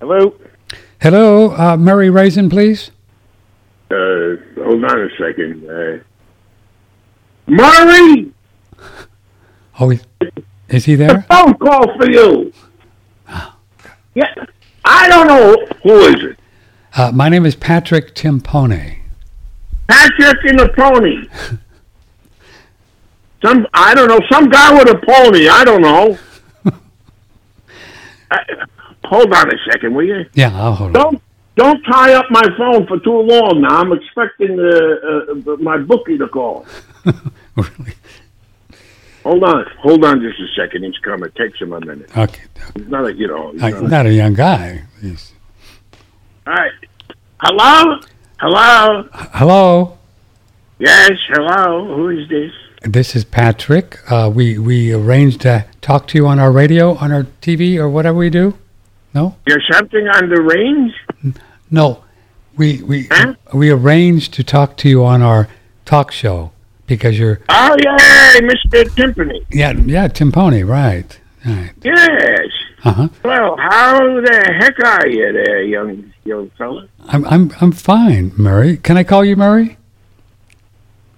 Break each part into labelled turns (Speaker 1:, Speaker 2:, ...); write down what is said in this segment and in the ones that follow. Speaker 1: Hello?
Speaker 2: Hello, uh, Murray Raisin, please.
Speaker 1: Uh, hold on a second. Uh, Murray!
Speaker 2: Oh, he- is he there?
Speaker 1: Phone call for you! Yeah, I don't know. Who is it?
Speaker 2: Uh, my name is Patrick Timpone.
Speaker 1: Patrick and the pony. Some I don't know. Some guy with a pony. I don't know. I, hold on a second, will you?
Speaker 2: Yeah, oh, I'll hold on.
Speaker 1: Don't don't tie up my phone for too long. Now I'm expecting uh, uh, my bookie to call.
Speaker 2: Really?
Speaker 1: Hold on, hold on just a second. He's coming. It takes him a minute.
Speaker 2: Okay.
Speaker 1: He's not a you know. he's
Speaker 2: I,
Speaker 1: not a-
Speaker 2: not a young guy. He's-
Speaker 1: all right. Hello, hello.
Speaker 2: Hello,
Speaker 1: Yes, hello. Who is this?
Speaker 2: this is Patrick. Uh, we we arranged to talk to you on our radio, on our TV, or whatever we do.
Speaker 1: There's something on the range.
Speaker 2: No, we we
Speaker 1: Huh?
Speaker 2: we arranged to talk to you on our talk show because you're
Speaker 1: Oh yeah, Mister Timpany.
Speaker 2: yeah yeah Timpone right right
Speaker 1: Yes.
Speaker 2: uh huh
Speaker 1: Well, how the heck are you there, young young fella?
Speaker 2: I'm I'm I'm fine Murray can I call you Murray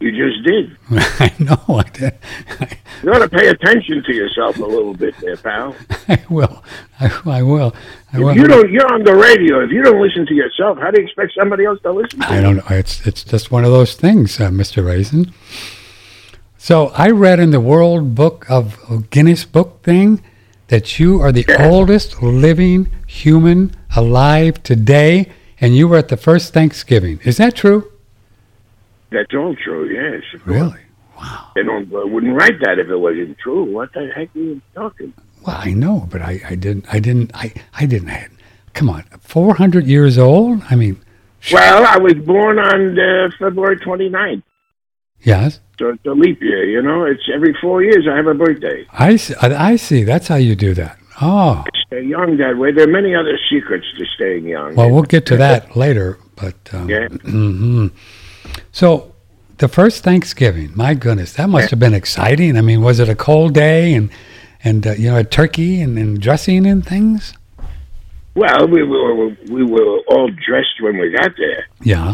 Speaker 1: You just did.
Speaker 2: I know I did I,
Speaker 1: You ought to pay attention to yourself a little bit there, pal.
Speaker 2: I will I, I will I will
Speaker 1: If you don't you're on the radio. If you don't listen to yourself, how do you expect somebody else to listen to
Speaker 2: I
Speaker 1: you?
Speaker 2: don't know it's it's just one of those things uh, Mr Raisin so I read in the World Book of of Guinness Book thing that you are the
Speaker 1: Yeah.
Speaker 2: oldest living human alive today and you were at the first Thanksgiving is that true
Speaker 1: That's all true, yes. They don't uh, wouldn't write that if it wasn't true. What the heck are you talking?
Speaker 2: Well, I know, but I, I didn't. I didn't. I, I didn't. I, come on, four hundred years old. I mean,
Speaker 1: Well, I was born on uh, February 29th.
Speaker 2: yes,
Speaker 1: So it's a leap year, you know. It's every four years I have a birthday.
Speaker 2: I see. I I see. That's how you do that. Oh,
Speaker 1: Stay young that way. There are many other secrets to staying young.
Speaker 2: well, we'll get to that later. But um,
Speaker 1: Yeah.
Speaker 2: mhm. So, the first Thanksgiving. My goodness, that must have been exciting. I mean, was it a cold day and and uh, you know a turkey and, and dressing and things?
Speaker 1: Well, we were we were all dressed when we got there.
Speaker 2: Yeah.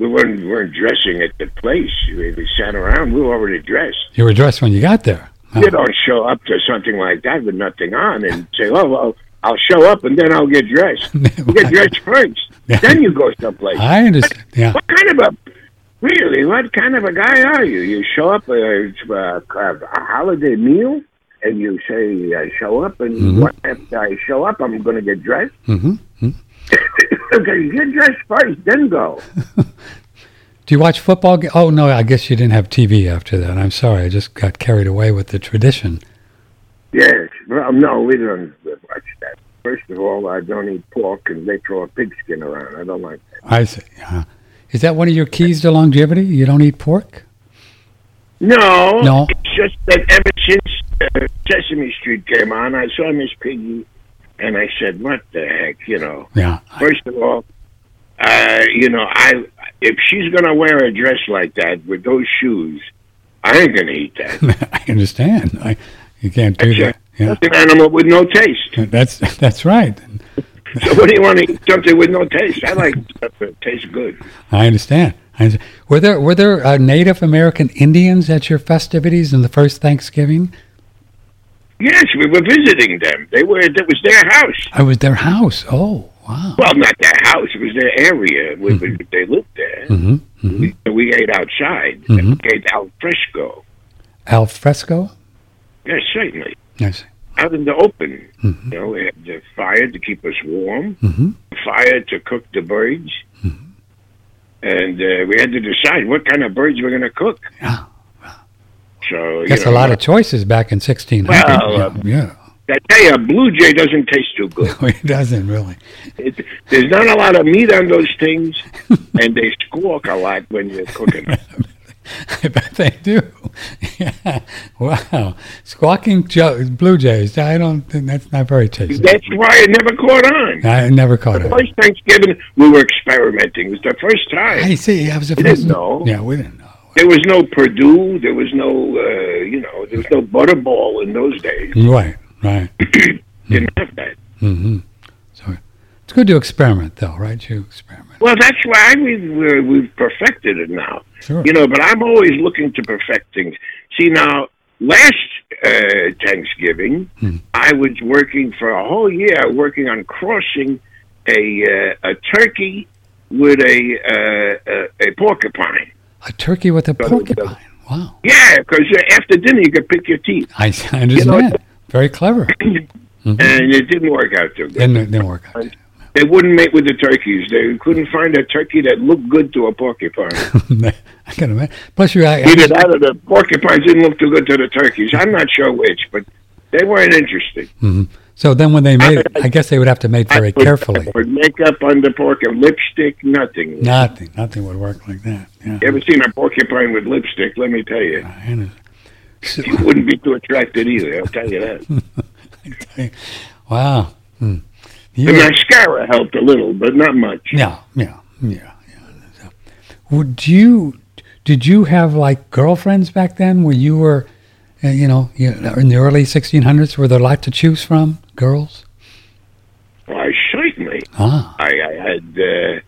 Speaker 1: We weren't weren't dressing at the place. We, we sat around. We were already dressed.
Speaker 2: You were dressed when you got there. Oh,
Speaker 1: You don't show up to something like that with nothing on and say, "Oh, well, I'll show up and then I'll get dressed." You get dressed first,
Speaker 2: Yeah.
Speaker 1: then you go someplace.
Speaker 2: I understand. Yeah.
Speaker 1: What kind of a really? What kind of a guy are you? You show up uh, to a, a holiday meal and you say, "I show up," and what after I show up, I'm going to get dressed.
Speaker 2: hmm
Speaker 1: okay, get dressed first, then go.
Speaker 2: Do you watch football? ga- Oh no, I guess you didn't have TV after that. I'm sorry, I just got carried away with the tradition.
Speaker 1: Yes. Well, no, we don't watch that. First of all, I don't eat pork, and they throw a pigskin around. I don't like that.
Speaker 2: I see. Yeah. Is that one of your keys to longevity? You don't eat pork?
Speaker 1: No.
Speaker 2: No.
Speaker 1: It's just that ever since uh, Sesame Street came on, I saw Miss Piggy, and I said, "What the heck?" You know.
Speaker 2: Yeah.
Speaker 1: First of all, uh, you know, I if she's gonna wear a dress like that with those shoes, I ain't gonna eat that.
Speaker 2: I understand. I, you can't do that. Yeah.
Speaker 1: That's an animal with no taste.
Speaker 2: That's that's right.
Speaker 1: So what do you want to eat? Something with no taste? I like stuff that tastes good.
Speaker 2: I understand. I understand. Were there were there uh, Native American Indians at your festivities in the first Thanksgiving?
Speaker 1: Yes, we were visiting them. They were that was their house.
Speaker 2: I was their house. Oh wow.
Speaker 1: Well, not their house. It was their area. We, we, they lived there.
Speaker 2: hmm
Speaker 1: We, we ate outside.
Speaker 2: Mhm.
Speaker 1: We ate al fresco.
Speaker 2: Al fresco.
Speaker 1: Yes, certainly.
Speaker 2: Yes.
Speaker 1: Out in the open.
Speaker 2: Mhm.
Speaker 1: You know, we had the fire to keep us warm,
Speaker 2: hmm
Speaker 1: fire to cook the birds. And uh, we had to decide what kind of birds we're going to cook.
Speaker 2: Yeah.
Speaker 1: So, you
Speaker 2: Ah, That's
Speaker 1: know,
Speaker 2: a lot of choices back in 1600.
Speaker 1: Well, uh,
Speaker 2: yeah.
Speaker 1: I tell you, a blue jay doesn't taste too good.
Speaker 2: No, it doesn't really.
Speaker 1: It, there's not a lot of meat on those things, and they squawk a lot when you're cooking them.
Speaker 2: I bet they do. yeah. Wow. Squawking jo- blue jays. I don't think that's not very tasty.
Speaker 1: That's why it never caught on.
Speaker 2: I never caught
Speaker 1: The
Speaker 2: it.
Speaker 1: first Thanksgiving, we were experimenting. It was the first time.
Speaker 2: I see. I was the
Speaker 1: We
Speaker 2: first.
Speaker 1: didn't know.
Speaker 2: Yeah, we didn't know.
Speaker 1: There was no Purdue. There was no, uh, you know, there was no Butterball in those days.
Speaker 2: Right, right.
Speaker 1: Didn't have that.
Speaker 2: hmm So It's good to experiment, though, right? You experiment.
Speaker 1: Well, that's why we've we're, we've perfected it now.
Speaker 2: Sure.
Speaker 1: You know, but I'm always looking to perfect things. See, now last uh, Thanksgiving, I was working for a whole year working on crossing a uh, a turkey with a uh, a, a porcupine.
Speaker 2: a turkey with a porcupine. Wow.
Speaker 1: Yeah, because after dinner you could pick your teeth,
Speaker 2: I, I understand. Very clever.
Speaker 1: and it didn't work out too good.
Speaker 2: Didn't, didn't work out.
Speaker 1: They wouldn't mate with the turkeys. They couldn't find a turkey that looked good to a porcupine.
Speaker 2: I can imagine. Plus, you, I, I
Speaker 1: Either that or the porcupines didn't look too good to the turkeys. I'm not sure which, but they weren't interested.
Speaker 2: so then when they made it, I guess they would have to mate very carefully.
Speaker 1: Or makeup on the porcupine, lipstick, nothing.
Speaker 2: Nothing, nothing would work like that. Yeah,
Speaker 1: You ever seen a porcupine with lipstick? Let me tell you,
Speaker 2: I know. So-
Speaker 1: you wouldn't be too attracted either. I'll tell you that.
Speaker 2: wow. Hmm. You
Speaker 1: The
Speaker 2: were-
Speaker 1: mascara helped a little, but not much.
Speaker 2: yeah, yeah, yeah, yeah. So, would you? Did you have like girlfriends back then? Where you were, uh, you know, you, in the early 1600s, were there a lot to choose from? Girls?
Speaker 1: Why, certainly.
Speaker 2: Ah,
Speaker 1: I, I had, uh,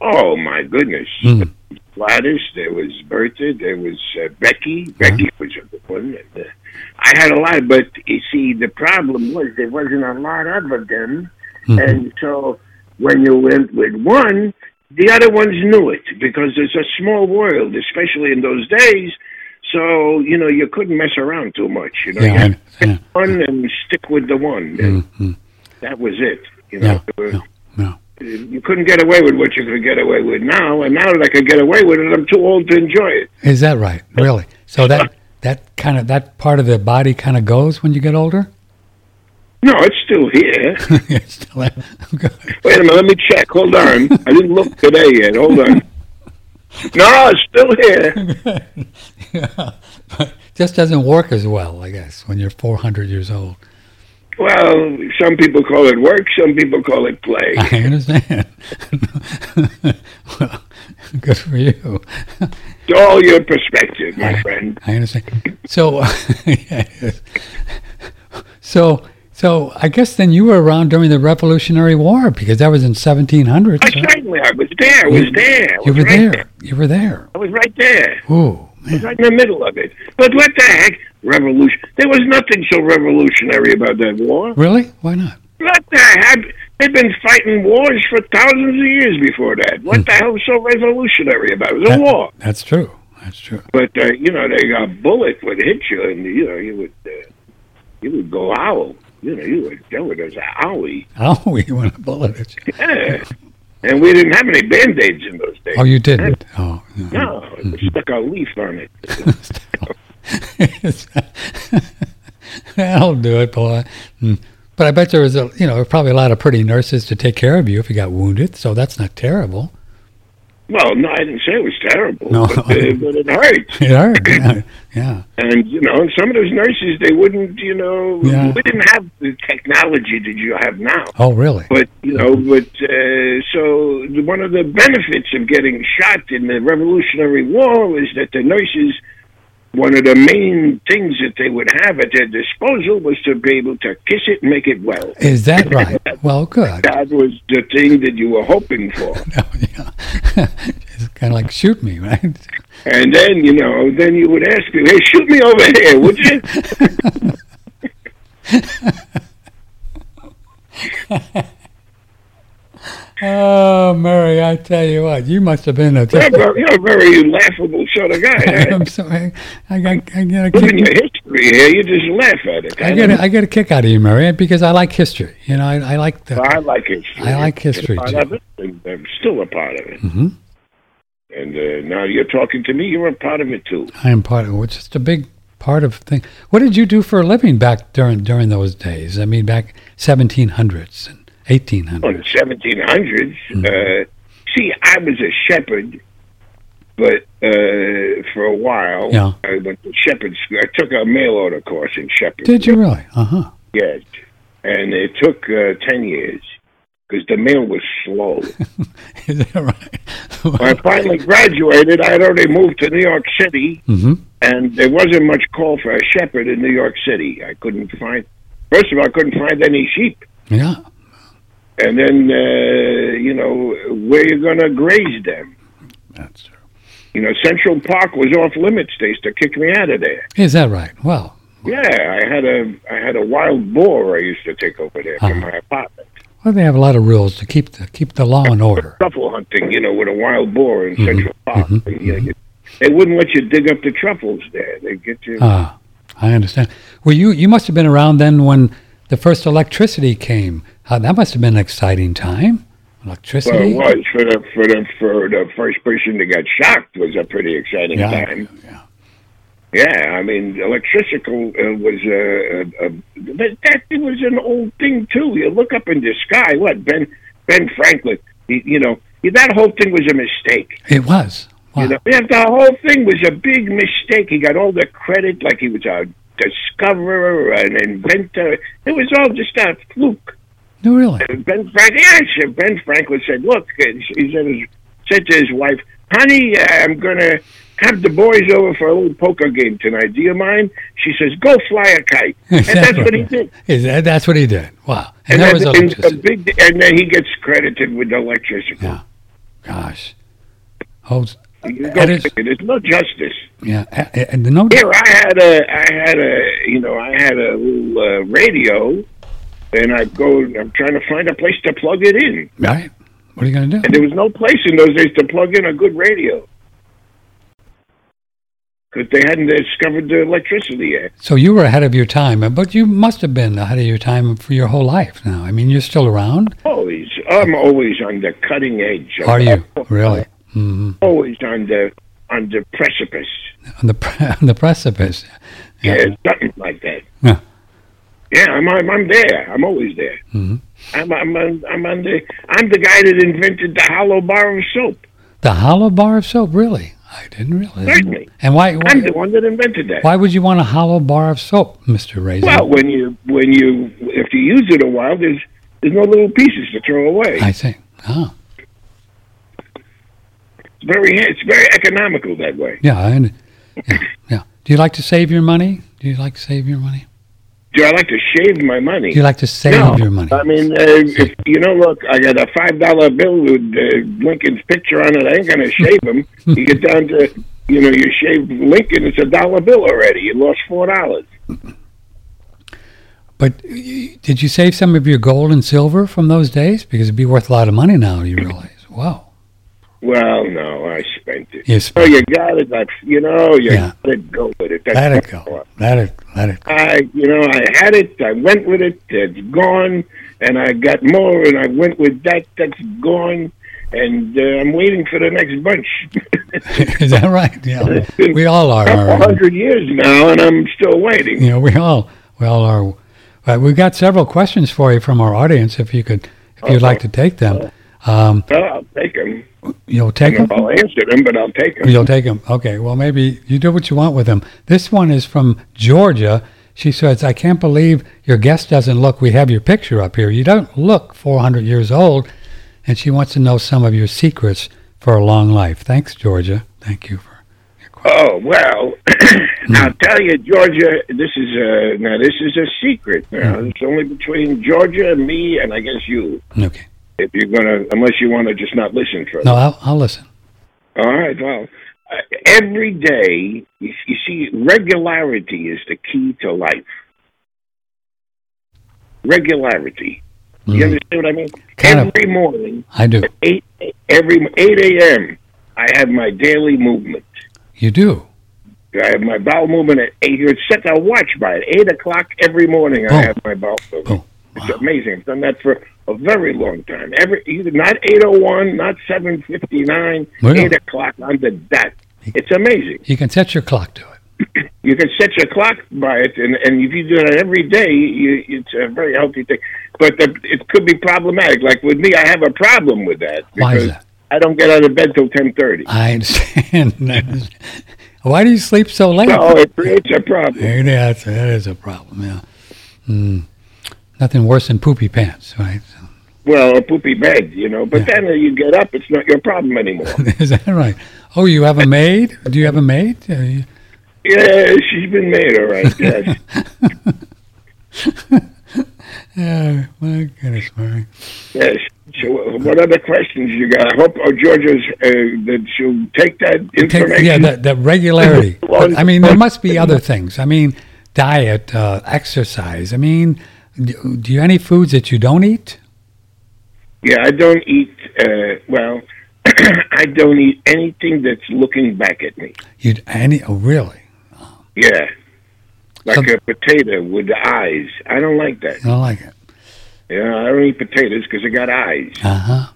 Speaker 1: oh my goodness.
Speaker 2: Hmm,
Speaker 1: Gladys, there was Bertha, there was uh, Becky.
Speaker 2: Mm-hmm.
Speaker 1: Becky was a good one. And, uh, I had a lot, but you see, the problem was there wasn't a lot of them.
Speaker 2: hmm. Mm-hmm.
Speaker 1: And so when you went with one, the other ones knew it because it's a small world, especially in those days. So, you know, you couldn't mess around too much. You know,
Speaker 2: yeah,
Speaker 1: you had
Speaker 2: I- hmm, yeah,
Speaker 1: one and stick with the one. And That was it. You know,
Speaker 2: yeah,
Speaker 1: There were-
Speaker 2: yeah, yeah.
Speaker 1: you couldn't get away with what you could get away with now, and now that I could get away with it, I'm too old to enjoy it.
Speaker 2: Is that right? Really? So that that kind of that part of the body kind of goes when you get older.
Speaker 1: No, it's still here.
Speaker 2: It's still- Good.
Speaker 1: Wait a minute, let me check. Hold on. I didn't look today yet. Hold on. No, it's still here.
Speaker 2: yeah. But just doesn't work as well, I guess, when you're 400 years old.
Speaker 1: Well, some people call it work, some people call it play.
Speaker 2: I understand. well, good for you.
Speaker 1: It's all your perspective, my friend.
Speaker 2: I understand. So, yes. so, so I guess then you were around during the Revolutionary War because that was in 1700.
Speaker 1: I certainly, I was there. I was there. I
Speaker 2: You
Speaker 1: was
Speaker 2: were
Speaker 1: right
Speaker 2: there. You were there.
Speaker 1: I was right there.
Speaker 2: Ooh, man.
Speaker 1: right in the middle of it. But what the heck? Revolution. There was nothing so revolutionary about that war.
Speaker 2: Really? Why not?
Speaker 1: What the heck? They've been fighting wars for thousands of years before that. What the hell is so revolutionary about it? It was a
Speaker 2: Hmm. That-
Speaker 1: war.
Speaker 2: That's true. That's true.
Speaker 1: But, uh, you know, they a bullet would hit you and, you know, you would, uh, you would go owl. You know, you would, that was an owie.
Speaker 2: Oh, we want a bullet at you.
Speaker 1: Yeah. And we didn't have any Band-Aids in those days.
Speaker 2: Oh, you Mm-hmm. didn't. Oh,
Speaker 1: No, we stuck a leaf on it.
Speaker 2: That'll do it, boy. Mm. But I bet there was a, you know, probably a lot of pretty nurses to take care of you if you got wounded. So that's not terrible.
Speaker 1: Well, no, I didn't say it was terrible,
Speaker 2: No.
Speaker 1: but, uh, but it hurt.
Speaker 2: It hurt. Yeah. yeah.
Speaker 1: And you know, and some of those nurses, they wouldn't. You know,
Speaker 2: Yeah.
Speaker 1: we didn't have the technology that you have now.
Speaker 2: Oh, really?
Speaker 1: But you know, but uh, so the- one of the benefits of getting shot in the Revolutionary War was that the nurses, one of the main things that they would have at their disposal was to be able to kiss it and make it well.
Speaker 2: Is that right? Well, good. Oh,
Speaker 1: That was the thing that you were hoping for.
Speaker 2: yeah. it's kind of like shoot me, right?
Speaker 1: And then, you know, then you would ask me, hey, shoot me over here, would you?
Speaker 2: Oh, Murray, I tell you what, you must have been a.
Speaker 1: You're a very, you're a very laughable sort of guy. eh?
Speaker 2: I'm sorry. I got, I got a
Speaker 1: Given
Speaker 2: kick.
Speaker 1: your history here, you just laugh at it.
Speaker 2: I get a, I get a kick out of you, Murray, because I like history. You know, I, I like the.
Speaker 1: I like history.
Speaker 2: I like history,
Speaker 1: I'm a
Speaker 2: too.
Speaker 1: part of it, and I'm still a part of it.
Speaker 2: Mm-hmm.
Speaker 1: And uh, now you're talking to me. You're a part of it too.
Speaker 2: I am part of it's just a big part of thing. What did you do for a living back during during those days? I mean, back 1700s and
Speaker 1: Well, in
Speaker 2: 1800s.
Speaker 1: 1700s,
Speaker 2: Mm-hmm.
Speaker 1: uh, see, I was a shepherd, but uh, for a while,
Speaker 2: Yeah.
Speaker 1: I went to shepherd school. I took a mail order course in shepherd.
Speaker 2: Did you really? Uh huh.
Speaker 1: Yes, and it took uh, ten years because the mail was slow.
Speaker 2: Is that right?
Speaker 1: when I finally graduated, I had already moved to New York City,
Speaker 2: Mhm.
Speaker 1: and there wasn't much call for a shepherd in New York City. I couldn't find, first of all, I couldn't find any sheep.
Speaker 2: yeah.
Speaker 1: and then uh, you know where you're going to graze them.
Speaker 2: That's true.
Speaker 1: You know, Central Park was off limits. They used to kick me out of there.
Speaker 2: Is that right? Well,
Speaker 1: Yeah, I had a I had a wild boar I used to take over there from my apartment.
Speaker 2: well, they have a lot of rules to keep the keep the law in order.
Speaker 1: Truffle hunting, you know, with a wild boar in Central Park. And, you know, you- they wouldn't let you dig up the truffles there. They get you.
Speaker 2: Ah, I understand. Well, you you must have been around then when the first electricity came. How that must have been an exciting time.
Speaker 1: well, it
Speaker 2: Electricity.
Speaker 1: was for the for the for the first person that got shocked was a pretty exciting
Speaker 2: yeah,
Speaker 1: time.
Speaker 2: yeah.
Speaker 1: Yeah, I mean, electricical uh, was uh, uh, uh, that, that it was an old thing too. You look up in the sky, what Ben Ben Franklin? You, you know that whole thing was a mistake.
Speaker 2: It was. Wow.
Speaker 1: You know, yeah, the whole thing was a big mistake. He got all the credit, like he was a discoverer, an inventor. It was all just a fluke.
Speaker 2: no, really.
Speaker 1: Ben Franklin. Yeah, sure. Ben Franklin said, "Look," he said, his, said to his wife, "Honey, uh, I'm gonna have the boys over for a little poker game tonight. Do you mind?" She says, "Go fly a kite," and that's what he did.
Speaker 2: Is that- that's what he did. Wow.
Speaker 1: And,
Speaker 2: And, there
Speaker 1: then
Speaker 2: was
Speaker 1: and, a
Speaker 2: electricity.
Speaker 1: big, and then he gets credited with electricity.
Speaker 2: Yeah. Gosh. Oh,
Speaker 1: You go
Speaker 2: that is-
Speaker 1: figure. There's no justice.
Speaker 2: yeah. a- a- And no.
Speaker 1: Here, I had a, I had a, you know, I had a little uh, radio, and I go, I'm trying to find a place to plug it in.
Speaker 2: Right. What are you going to do?
Speaker 1: And there was no place in those days to plug in a good radio. Because they hadn't discovered the electricity yet.
Speaker 2: So you were ahead of your time, but you must have been ahead of your time for your whole life now. I mean, you're still around.
Speaker 1: Always. I'm always on the cutting edge.
Speaker 2: Are you? Really? hmm
Speaker 1: Always on the on the precipice.
Speaker 2: On the pre- on the precipice.
Speaker 1: Yeah, something like that.
Speaker 2: Yeah.
Speaker 1: Yeah, I'm, I'm I'm there. I'm always there.
Speaker 2: Mhm.
Speaker 1: I'm I'm on, I'm on the I'm the guy that invented the hollow bar of soap.
Speaker 2: The hollow bar of soap, really? I didn't realize.
Speaker 1: Certainly.
Speaker 2: And why
Speaker 1: I'm
Speaker 2: why,
Speaker 1: the one that invented that.
Speaker 2: why would you want a hollow bar of soap, Mister Raisin?
Speaker 1: Well, when you when you if you use it a while, there's there's no little pieces to throw away.
Speaker 2: I see. Oh,
Speaker 1: It's very it's very economical that way.
Speaker 2: yeah, I, under- yeah, yeah. Do you like to save your money? Do you like to save your money?
Speaker 1: Do I like to shave my money?
Speaker 2: Do you like to save your money?
Speaker 1: I mean, uh, if, you know, look, I got a five dollar bill with uh, Lincoln's picture on it. I ain't gonna shave him. you get down to you know, you shave Lincoln. It's a dollar bill already. You lost four dollars.
Speaker 2: But y- did you save some of your gold and silver from those days? Because it'd be worth a lot of money now. You realize? Wow.
Speaker 1: Well, no, I spent it.
Speaker 2: Yes.
Speaker 1: Oh, you got it. Like, you know, you
Speaker 2: Yeah.
Speaker 1: got it. Go with it. That's
Speaker 2: Let it go. Let it. Let it.
Speaker 1: I, you know, I had it. I went with it. It's gone, and I got more, and I went with that. That's gone, and uh, I'm waiting for the next bunch.
Speaker 2: Is that right? Yeah. We all are.
Speaker 1: A
Speaker 2: are
Speaker 1: hundred years now, and I'm still waiting.
Speaker 2: you know, we all we all are. But we've got several questions for you from our audience. If you could, if you'd like to take them, um,
Speaker 1: Well, I'll take them.
Speaker 2: you'll take them.
Speaker 1: I'll answer them, but I'll take them.
Speaker 2: You'll take them. Okay. Well, maybe you do what you want with them. This one is from Georgia. She says, I can't believe your guest doesn't look. We have your picture up here. You don't look 400 years old. And she wants to know some of your secrets for a long life. Thanks, Georgia. Thank you for your question.
Speaker 1: Oh well,
Speaker 2: Mm.
Speaker 1: I'll tell you, Georgia. This is a now. This is a secret. Now
Speaker 2: Mm.
Speaker 1: it's only between Georgia and me, and I guess you.
Speaker 2: Okay.
Speaker 1: If you're gonna, unless you want to just not listen for a
Speaker 2: No, I'll, I'll listen.
Speaker 1: All right. Well, uh, every day, you, you see, regularity is the key to life. Regularity. You
Speaker 2: Mm,
Speaker 1: understand what I mean?
Speaker 2: Kind of.
Speaker 1: every morning,
Speaker 2: I do.
Speaker 1: eight every eight a.m. I have my daily movement.
Speaker 2: You do.
Speaker 1: I have my bowel movement at eight. It's set a watch by it. Eight o'clock every morning.
Speaker 2: Oh.
Speaker 1: I have my bowel movement.
Speaker 2: Oh,
Speaker 1: It's amazing. I've done that for a very long time. Every either not eight oh one, not seven fifty nine,
Speaker 2: Wow.
Speaker 1: eight o'clock on the dot. It's amazing.
Speaker 2: You can set your clock to it.
Speaker 1: you can set your clock by it, and, and if you do that every day, you, it's a very healthy thing. But the, it could be problematic. Like with me, I have a problem with that because
Speaker 2: Why is that?
Speaker 1: I don't get out of bed till ten thirty.
Speaker 2: I understand. Why do you sleep so late?
Speaker 1: So it creates a problem.
Speaker 2: Yeah, that's, that is a problem. Yeah. Mm. Nothing worse than poopy pants, right?
Speaker 1: Well, a poopy bed, you know. But then you get up; it's not your problem anymore.
Speaker 2: is that right? Oh, you have a maid? Do you have a maid? Uh, you-
Speaker 1: yeah, she's been made all right. Yes.
Speaker 2: Yeah, my uh, goodness, Mary.
Speaker 1: Yes. So, uh, what other questions you got? I hope uh, Georgia's uh, that she'll take that
Speaker 2: Take-
Speaker 1: information.
Speaker 2: yeah, that, that regularity.
Speaker 1: Well,
Speaker 2: But, I mean, there must be other things. I mean, diet, uh, exercise. I mean, do, do you any foods that you don't eat?
Speaker 1: Yeah, I don't eat. Uh, well, I don't eat anything that's looking back at me.
Speaker 2: You any? Oh, really?
Speaker 1: Yeah, like
Speaker 2: So-
Speaker 1: a potato with eyes. I don't like that.
Speaker 2: You don't like it?
Speaker 1: Yeah, I don't eat potatoes because I got eyes.
Speaker 2: Uh huh.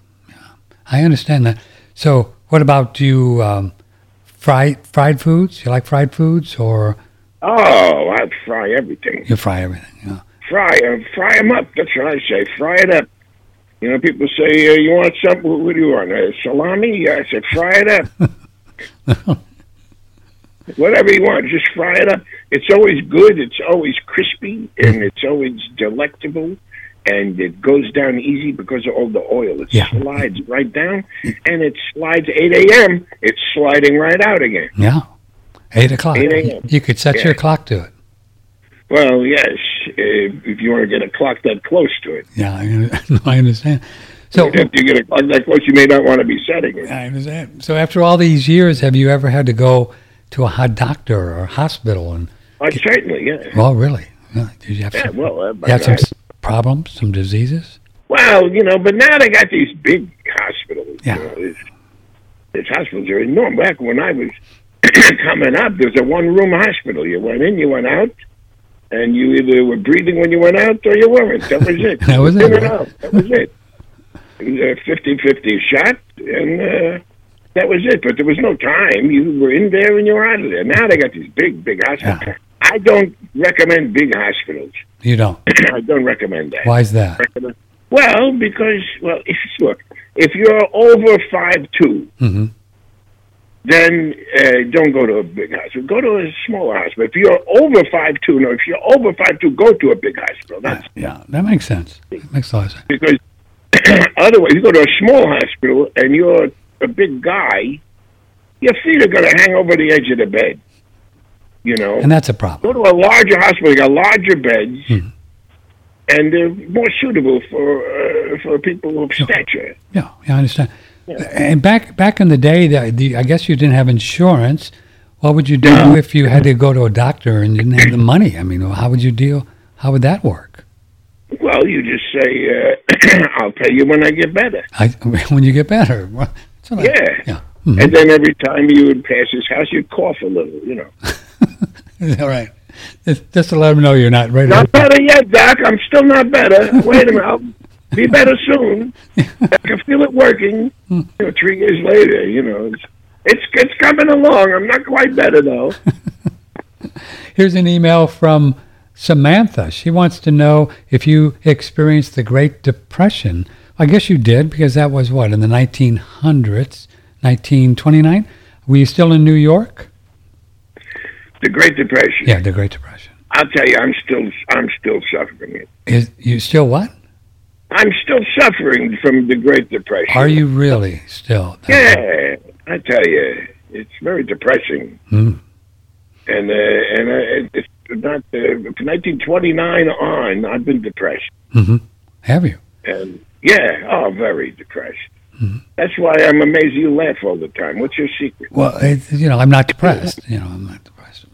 Speaker 2: I understand that. So, what about do you um, fried fried foods? You like fried foods, or
Speaker 1: Oh, I fry everything.
Speaker 2: you fry everything? Yeah.
Speaker 1: Fry, uh, fry 'em up. That's what I say. Fry it up. You know, people say, uh, "You want something? What, what do you want? Uh, salami?" I said, "Fry it up." Whatever you want, just fry it up. It's always good. It's always crispy, and it's always delectable, and it goes down easy because of all the oil. It
Speaker 2: Yeah.
Speaker 1: slides right down, and it slides eight a.m. It's sliding right out again.
Speaker 2: Yeah. Eight o'clock.
Speaker 1: 8 a.m..
Speaker 2: You could set
Speaker 1: Yeah.
Speaker 2: your clock to it.
Speaker 1: Well, yes, uh, if you want to get a clock that close to it.
Speaker 2: Yeah, I, no, I understand. So,
Speaker 1: If you get a clock that close, you may not want to be setting it.
Speaker 2: I understand. So, after all these years, have you ever had to go to a hot doctor or hospital? And
Speaker 1: Uh, certainly, yeah.
Speaker 2: well, really, really? did you have
Speaker 1: Yeah,
Speaker 2: some,
Speaker 1: well, uh,
Speaker 2: you have some
Speaker 1: I-
Speaker 2: s- problems, some diseases?
Speaker 1: well, you know, but now they got these big hospitals.
Speaker 2: Yeah.
Speaker 1: You know, these, these hospitals are enormous. Back when I was coming up, there was a one-room hospital. You went in, you went out, and you either were breathing when you went out or you weren't. That was it.
Speaker 2: That was it,
Speaker 1: In and
Speaker 2: right?
Speaker 1: out. That was it. It was a 50-50 shot, and... Uh, that was it. But there was no time. You were in there and you were out of there. Now they got these big, big hospitals.
Speaker 2: Yeah.
Speaker 1: I don't recommend big hospitals.
Speaker 2: You don't.
Speaker 1: I don't recommend that.
Speaker 2: Why is that?
Speaker 1: Recommend- Well, because well, if, look, if you're over five two,
Speaker 2: hmm
Speaker 1: then uh, don't go to a big hospital. Go to a smaller hospital. If you're over five two, no, if you're over five two, go to a big hospital. That's
Speaker 2: Yeah, that makes sense. That makes a lot of sense.
Speaker 1: because otherwise, you go to a small hospital and you're a big guy, your feet are going to hang over the edge of the bed. You know,
Speaker 2: And that's a problem.
Speaker 1: go to a larger hospital. You got larger beds,
Speaker 2: Hmm.
Speaker 1: and they're more suitable for uh, for people of stature.
Speaker 2: Yeah, yeah, I understand. And back back in the day, the, the, I guess you didn't have insurance. What would you do
Speaker 1: No.
Speaker 2: if you had to go to a doctor and didn't have the money? I mean, how would you deal? How would that work?
Speaker 1: Well, you just say, uh, "I'll pay you when I get better."
Speaker 2: I, when you get better, Well, it's all right.
Speaker 1: Yeah.
Speaker 2: yeah, Mhm.
Speaker 1: And then every time you would pass his house, you'd cough a little. You know,
Speaker 2: All right. Just, just to let them know you're not ready.
Speaker 1: not better yet, Doc. I'm still not better. Wait a minute, I'll be better soon. I can feel it working.
Speaker 2: Hmm.
Speaker 1: You know, three years later, you know, it's it's, it's coming along. I'm not quite better though.
Speaker 2: Here's an email from Samantha. She wants to know if you experienced the Great Depression. I guess you did because that was what in the 1900s, 1929. Were you still in New York?
Speaker 1: The Great Depression.
Speaker 2: Yeah, the Great Depression.
Speaker 1: I'll tell you, I'm still I'm still suffering it.
Speaker 2: Is you still what?
Speaker 1: I'm still suffering from the Great Depression.
Speaker 2: Are you really still?
Speaker 1: Yeah, I tell you, it's very depressing.
Speaker 2: Hmm.
Speaker 1: And uh, and uh, it's not uh, from 1929 on. I've been depressed,
Speaker 2: hmm Have you?
Speaker 1: and yeah, oh, very depressed.
Speaker 2: Mm-hmm.
Speaker 1: That's why I'm amazed you laugh all the time. What's your secret?
Speaker 2: Well, it's, you know, I'm not depressed. You know, I'm not depressed.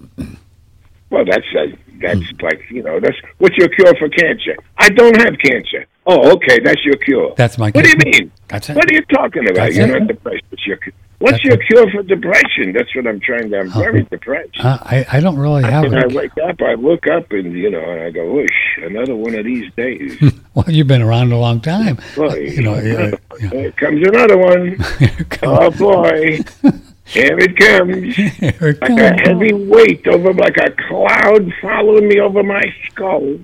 Speaker 1: Well, that's uh, that's
Speaker 2: Hmm.
Speaker 1: like you know that's what's your cure for cancer? I don't have cancer. Oh, okay, that's your cure.
Speaker 2: That's my.
Speaker 1: What do you
Speaker 2: case.
Speaker 1: mean?
Speaker 2: That's it.
Speaker 1: What are you talking about?
Speaker 2: That's
Speaker 1: You're
Speaker 2: it.
Speaker 1: not depressed. What's your, what's
Speaker 2: That's
Speaker 1: your
Speaker 2: it. Oh.
Speaker 1: cure for depression? That's what I'm trying to. I'm
Speaker 2: Huh.
Speaker 1: very depressed.
Speaker 2: Uh, I I don't really have
Speaker 1: And I
Speaker 2: it.
Speaker 1: wake up, I look up, and you know, and I go, "Whoosh, another one of these days."
Speaker 2: Well, you've been around a long time.
Speaker 1: Boy,
Speaker 2: you know, yeah, yeah.
Speaker 1: here comes another one. Oh boy, here it comes!
Speaker 2: Here it
Speaker 1: Like a
Speaker 2: comes.
Speaker 1: heavy weight over, like a cloud following me over my skull,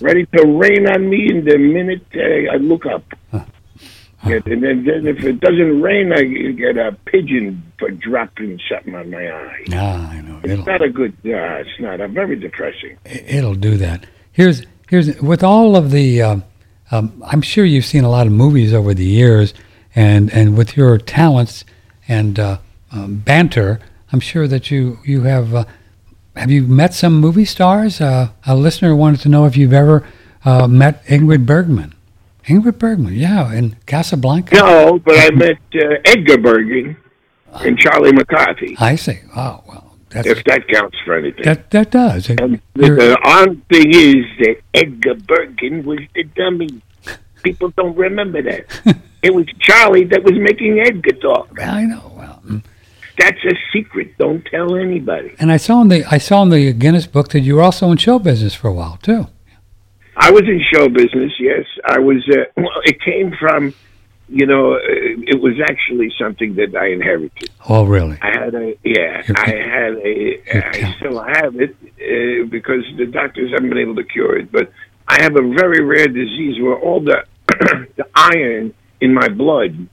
Speaker 1: ready to rain on me. In the minute uh, I look up, Yeah, and then, then if it doesn't rain, I get a pigeon for dropping something on my eye.
Speaker 2: Ah, I know.
Speaker 1: It's
Speaker 2: It'll,
Speaker 1: not a good. Uh, it's not. I'm very depressing.
Speaker 2: it'll do that. Here's here's with all of the. Um, um, I'm sure you've seen a lot of movies over the years, and and with your talents and uh, um, banter, I'm sure that you you have. Uh, have you met some movie stars? Uh, a listener wanted to know if you've ever uh, met Ingrid Bergman. Ingrid Bergman, yeah, and Casablanca.
Speaker 1: No, but I met uh, Edgar Bergen
Speaker 2: Ah.
Speaker 1: and Charlie McCarthy.
Speaker 2: I see. Oh well, that's,
Speaker 1: If that counts for anything.
Speaker 2: that that does.
Speaker 1: And the,
Speaker 2: You're-
Speaker 1: the odd thing is that Edgar Bergen was the dummy. People don't remember that. it was Charlie that was making Edgar talk.
Speaker 2: I know. Well, mm.
Speaker 1: That's a secret. Don't tell anybody.
Speaker 2: and I saw in the I saw in the Guinness Book that you were also in show business for a while too.
Speaker 1: I was in show business. Yes, I was. Uh, well, it came from, you know, uh, it was actually something that I inherited.
Speaker 2: Oh, really?
Speaker 1: I had a yeah.
Speaker 2: Your
Speaker 1: I
Speaker 2: ca-
Speaker 1: had a.
Speaker 2: your
Speaker 1: I
Speaker 2: ca-
Speaker 1: still have it uh, because the doctors haven't been able to cure it. But I have a very rare disease where all the the iron in my blood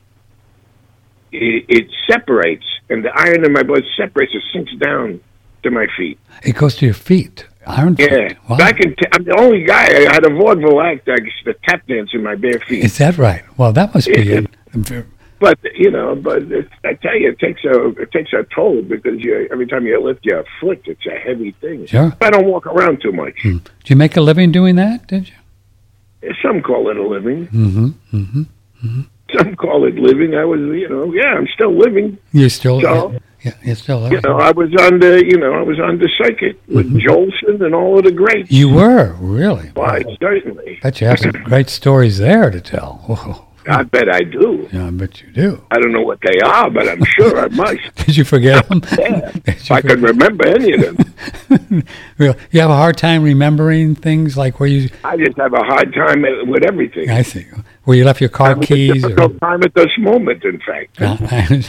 Speaker 1: it, it separates, and the iron in my blood separates and sinks down to my feet.
Speaker 2: It goes to your feet. Iron
Speaker 1: Yeah,
Speaker 2: feet. Wow.
Speaker 1: I can. T- I'm the only guy. I had a vaudeville act. I used to tap dance in my bare feet.
Speaker 2: Is that right? Well, that must be
Speaker 1: Yeah.
Speaker 2: it.
Speaker 1: But you know, but it, I tell you, it takes a it takes a toll because you, every time you lift your foot, it's a heavy thing.
Speaker 2: Sure.
Speaker 1: I don't walk around too much.
Speaker 2: Did you make a living doing that? Did you?
Speaker 1: Some call it a living.
Speaker 2: Mm-hmm. Mm-hmm.
Speaker 1: Some call it living. I was, you know, yeah, I'm still living.
Speaker 2: You're still.
Speaker 1: So-
Speaker 2: yeah, you're still.
Speaker 1: You know, I was on the, you know, I was on the circuit with
Speaker 2: Mm-hmm.
Speaker 1: Jolson and all of the greats.
Speaker 2: You were really.
Speaker 1: Why, certainly.
Speaker 2: Bet you have some great stories there to tell. Whoa.
Speaker 1: I bet I do.
Speaker 2: Yeah, I bet you do.
Speaker 1: I don't know what they are, but I'm sure I must.
Speaker 2: Did you forget them?
Speaker 1: Yeah.
Speaker 2: Did
Speaker 1: If
Speaker 2: you
Speaker 1: I could remember any of them.
Speaker 2: Real- You have a hard time remembering things like where you.
Speaker 1: I just have a hard time with everything.
Speaker 2: I see. Where you left your car
Speaker 1: I'm having
Speaker 2: keys.
Speaker 1: a
Speaker 2: Or,
Speaker 1: difficult time at this moment, in fact.
Speaker 2: Yeah.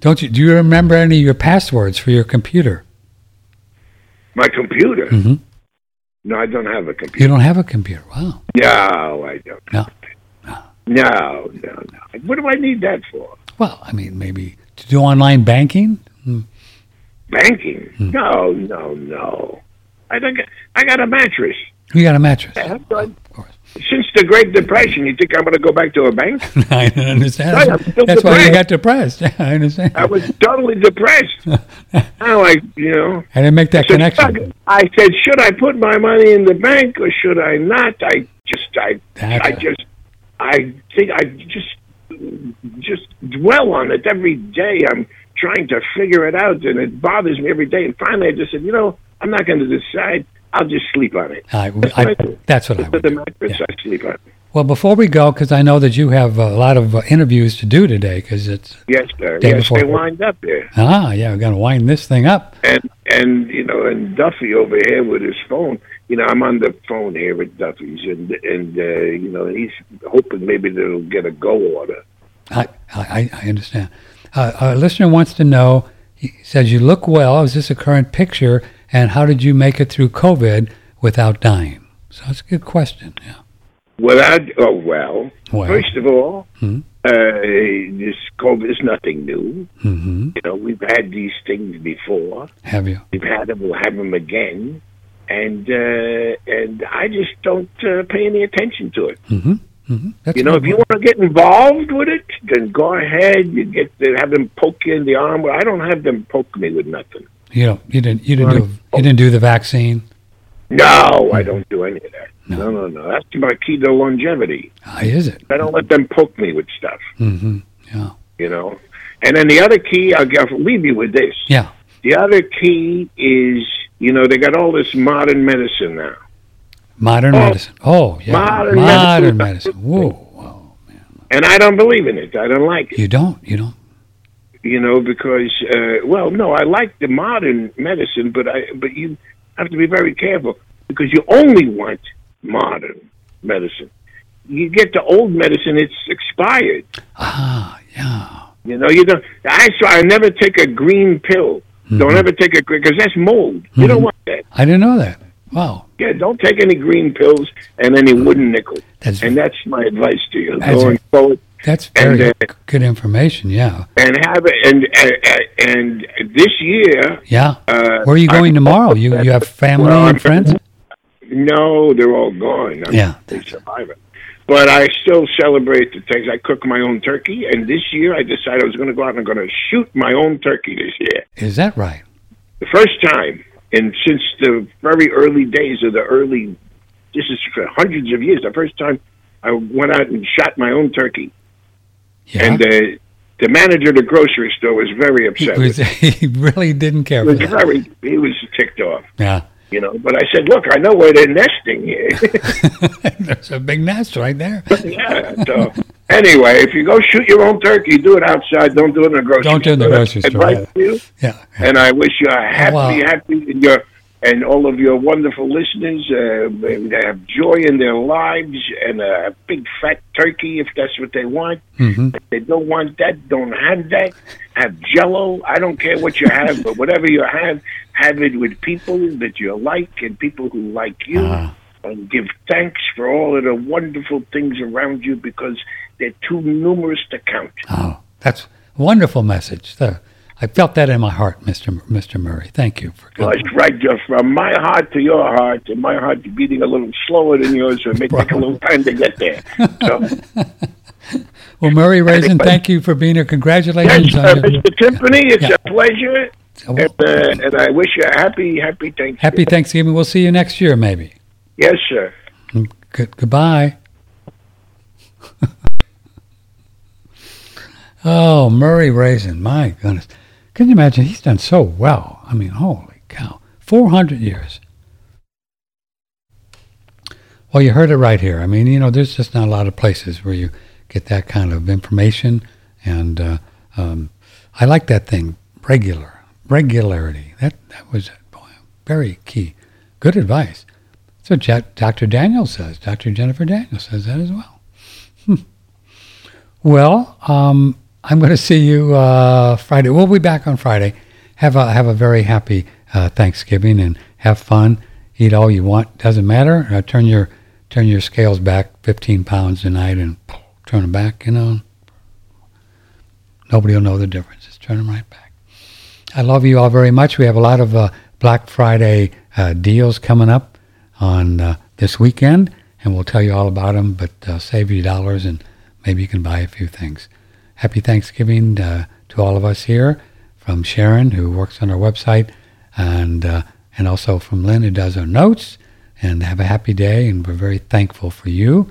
Speaker 2: Don't you? Do you remember any of your passwords for your computer?
Speaker 1: My computer.
Speaker 2: Mhm.
Speaker 1: No, I don't have a
Speaker 2: You
Speaker 1: computer.
Speaker 2: don't have a computer. Wow.
Speaker 1: No, I don't.
Speaker 2: No.
Speaker 1: No, no, no. What do I need that for?
Speaker 2: Well, I mean, maybe to do online banking.
Speaker 1: Banking? No, no, no. I don't. Get, I got a mattress.
Speaker 2: You got a mattress.
Speaker 1: I have done.
Speaker 2: Of course.
Speaker 1: Since the Great Depression, you think I'm going to go back to a bank?
Speaker 2: I understand.
Speaker 1: Right, I'm
Speaker 2: That's,
Speaker 1: still
Speaker 2: why you
Speaker 1: depressed.
Speaker 2: got depressed. I understand.
Speaker 1: I was totally depressed. I like, you know.
Speaker 2: I didn't make that
Speaker 1: said,
Speaker 2: connection.
Speaker 1: "Fuck it." I said, should I put my money in the bank or should I not? I just, I,
Speaker 2: That-
Speaker 1: I just, I think I just, just dwell on it every day. I'm trying to figure it out, and it bothers me every day. And finally, I just said, you know, I'm not going to decide. I'll just sleep on it.
Speaker 2: I,
Speaker 1: That's
Speaker 2: I,
Speaker 1: what I do.
Speaker 2: that's what I
Speaker 1: Put
Speaker 2: would
Speaker 1: the
Speaker 2: do.
Speaker 1: mattress, I sleep on it.
Speaker 2: Well, before we go, because I know that you have a lot of uh, interviews to do today, because it's
Speaker 1: Yes, sir.
Speaker 2: Day
Speaker 1: yes,
Speaker 2: before.
Speaker 1: they lined up there,
Speaker 2: ah, yeah, we're gonna wind this thing up.
Speaker 1: and and you know, and Duffy over here with his phone. You know, I'm on the phone here with Duffy's, and and uh, you know, he's hoping maybe they'll get a go order.
Speaker 2: I, I, I understand. Uh, a listener wants to know. He says, "You look well. Is this a current picture? And how did you make it through COVID without dying?" So that's a good question. Yeah.
Speaker 1: Without, oh well.
Speaker 2: Well.
Speaker 1: First of all,
Speaker 2: Hmm.
Speaker 1: uh, this COVID is nothing new.
Speaker 2: Mm-hmm.
Speaker 1: You know, we've had these things before.
Speaker 2: Have you?
Speaker 1: We've had them. We'll have them again. And uh, and I just don't uh, pay any attention to it.
Speaker 2: Mm-hmm. Mm-hmm. That's
Speaker 1: You know, if you want to get involved with it, then go ahead. You get to have them poke you in the arm. Well, I don't have them poke me with nothing.
Speaker 2: you don't, you didn't you didn't
Speaker 1: Right.
Speaker 2: do, you didn't do the vaccine.
Speaker 1: No, I don't do any of that.
Speaker 2: No.
Speaker 1: No, no, no. That's my key to longevity.
Speaker 2: Ah, is it?
Speaker 1: I don't let them poke me with stuff.
Speaker 2: Mm-hmm. Yeah.
Speaker 1: You know. And then the other key, I'll, g will leave you with this.
Speaker 2: Yeah.
Speaker 1: The other key is, you know, they got all this modern medicine now.
Speaker 2: Modern
Speaker 1: Oh.
Speaker 2: medicine. Oh, yeah.
Speaker 1: Modern medicine.
Speaker 2: Modern medicine. Whoa. Whoa.
Speaker 1: And I don't believe in it. I don't like it.
Speaker 2: You don't. You don't.
Speaker 1: you know, because uh, well, no, I like the modern medicine, but I but you have to be very careful because you only want modern medicine. You get the old medicine; it's expired.
Speaker 2: Ah, yeah.
Speaker 1: You know, you don't. I so I never take a green pill. Don't
Speaker 2: Mm-hmm.
Speaker 1: ever take a green because that's mold. You don't want that.
Speaker 2: I didn't know that. Wow.
Speaker 1: Yeah, don't take any green pills and any wooden nickels.
Speaker 2: That's
Speaker 1: And that's my advice to you
Speaker 2: That's-
Speaker 1: going forward.
Speaker 2: that's very
Speaker 1: and, uh,
Speaker 2: g- good information. Yeah.
Speaker 1: And have it. And and, and this year,
Speaker 2: Yeah.
Speaker 1: uh,
Speaker 2: Where are you
Speaker 1: I-
Speaker 2: going tomorrow? You you have family
Speaker 1: Well, I'm-
Speaker 2: and friends?
Speaker 1: No, they're all gone. I'm
Speaker 2: Yeah.
Speaker 1: a survivor. But I still celebrate the things. I cook my own turkey, and this year I decided I was going to go out and I'm going to shoot my own turkey this year.
Speaker 2: Is that right?
Speaker 1: The first time, and since the very early days of the early, this is for hundreds of years, the first time I went out and shot my own turkey.
Speaker 2: Yeah.
Speaker 1: And uh, the manager of the grocery store was very
Speaker 2: he,
Speaker 1: upset.
Speaker 2: was,
Speaker 1: with me.
Speaker 2: he really didn't care
Speaker 1: He
Speaker 2: for
Speaker 1: was
Speaker 2: that.
Speaker 1: very, he was ticked off,
Speaker 2: Yeah.
Speaker 1: you know. But I said, look, I know where they're nesting here.
Speaker 2: There's a big nest right there.
Speaker 1: yeah. So anyway, if you go shoot your own turkey, do it outside. Don't do it in the grocery.
Speaker 2: Don't do it in the
Speaker 1: store.
Speaker 2: grocery store,
Speaker 1: Advice
Speaker 2: yeah.
Speaker 1: to you.
Speaker 2: Yeah.
Speaker 1: And I wish you a happy,
Speaker 2: wow.
Speaker 1: happy, and your and all of your wonderful listeners. Uh, may they have joy in their lives and a big fat turkey if that's what they want.
Speaker 2: hmm
Speaker 1: If they don't want that, don't have that. Have Jello. I don't care what you have, but whatever you have, have it with people that you like and people who like you.
Speaker 2: Ah.
Speaker 1: And give thanks for all of the wonderful things around you because they're too numerous to count.
Speaker 2: Oh, that's a wonderful message. There. I felt that in my heart, Mr. Mur- Mr. Murray. Thank you for
Speaker 1: Well,
Speaker 2: coming.
Speaker 1: it's right just from my heart to your heart, and my heart's beating a little slower than yours, so it may take a little time to get there. So,
Speaker 2: Well, Murray Raisin,
Speaker 1: Anyway.
Speaker 2: thank you for being here.
Speaker 1: thanks,
Speaker 2: Congratulations
Speaker 1: uh,
Speaker 2: on your
Speaker 1: Mr. Timpany. It's
Speaker 2: Yeah.
Speaker 1: a pleasure, and, uh, and I wish you a happy, happy Thanksgiving.
Speaker 2: happy Thanksgiving. We'll see you next year, maybe.
Speaker 1: Yes, sir.
Speaker 2: Good, goodbye. oh, Murray Raisin. My goodness. Can you imagine? He's done so well. I mean, holy cow. 400 years. Well, you heard it right here. I mean, you know, there's just not a lot of places where you get that kind of information. And uh, um, I like that thing, regular, regularity. That, that was boy, very key. Good advice. So Ja- Dr. Daniel says, Dr. Jennifer Daniel says that as well. Hmm. Well, um, I'm going to see you uh, Friday. We'll be back on Friday. Have a have a very happy uh, Thanksgiving and have fun. Eat all you want. Doesn't matter. Uh, turn your turn your scales back 15 pounds tonight and turn them back. You know, nobody will know the difference. Just turn them right back. I love you all very much. We have a lot of uh, Black Friday uh, deals coming up on uh, this weekend, and we'll tell you all about them. But uh, save your dollars, and maybe you can buy a few things. Happy Thanksgiving uh, to all of us here from Sharon, who works on our website, and uh, and also from Lynn, who does our notes. And have a happy day, and we're very thankful for you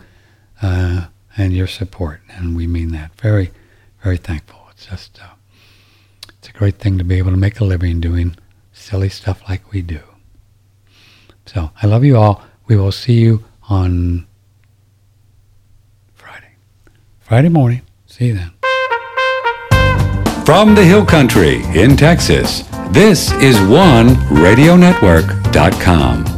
Speaker 2: uh, and your support, and we mean that very, very thankful. It's just. Uh, it's a great thing to be able to make a living doing silly stuff like we do. So I love you all. We will see you on Friday. Friday morning. See you then.
Speaker 3: From the Hill Country in Texas, this is OneRadioNetwork.com.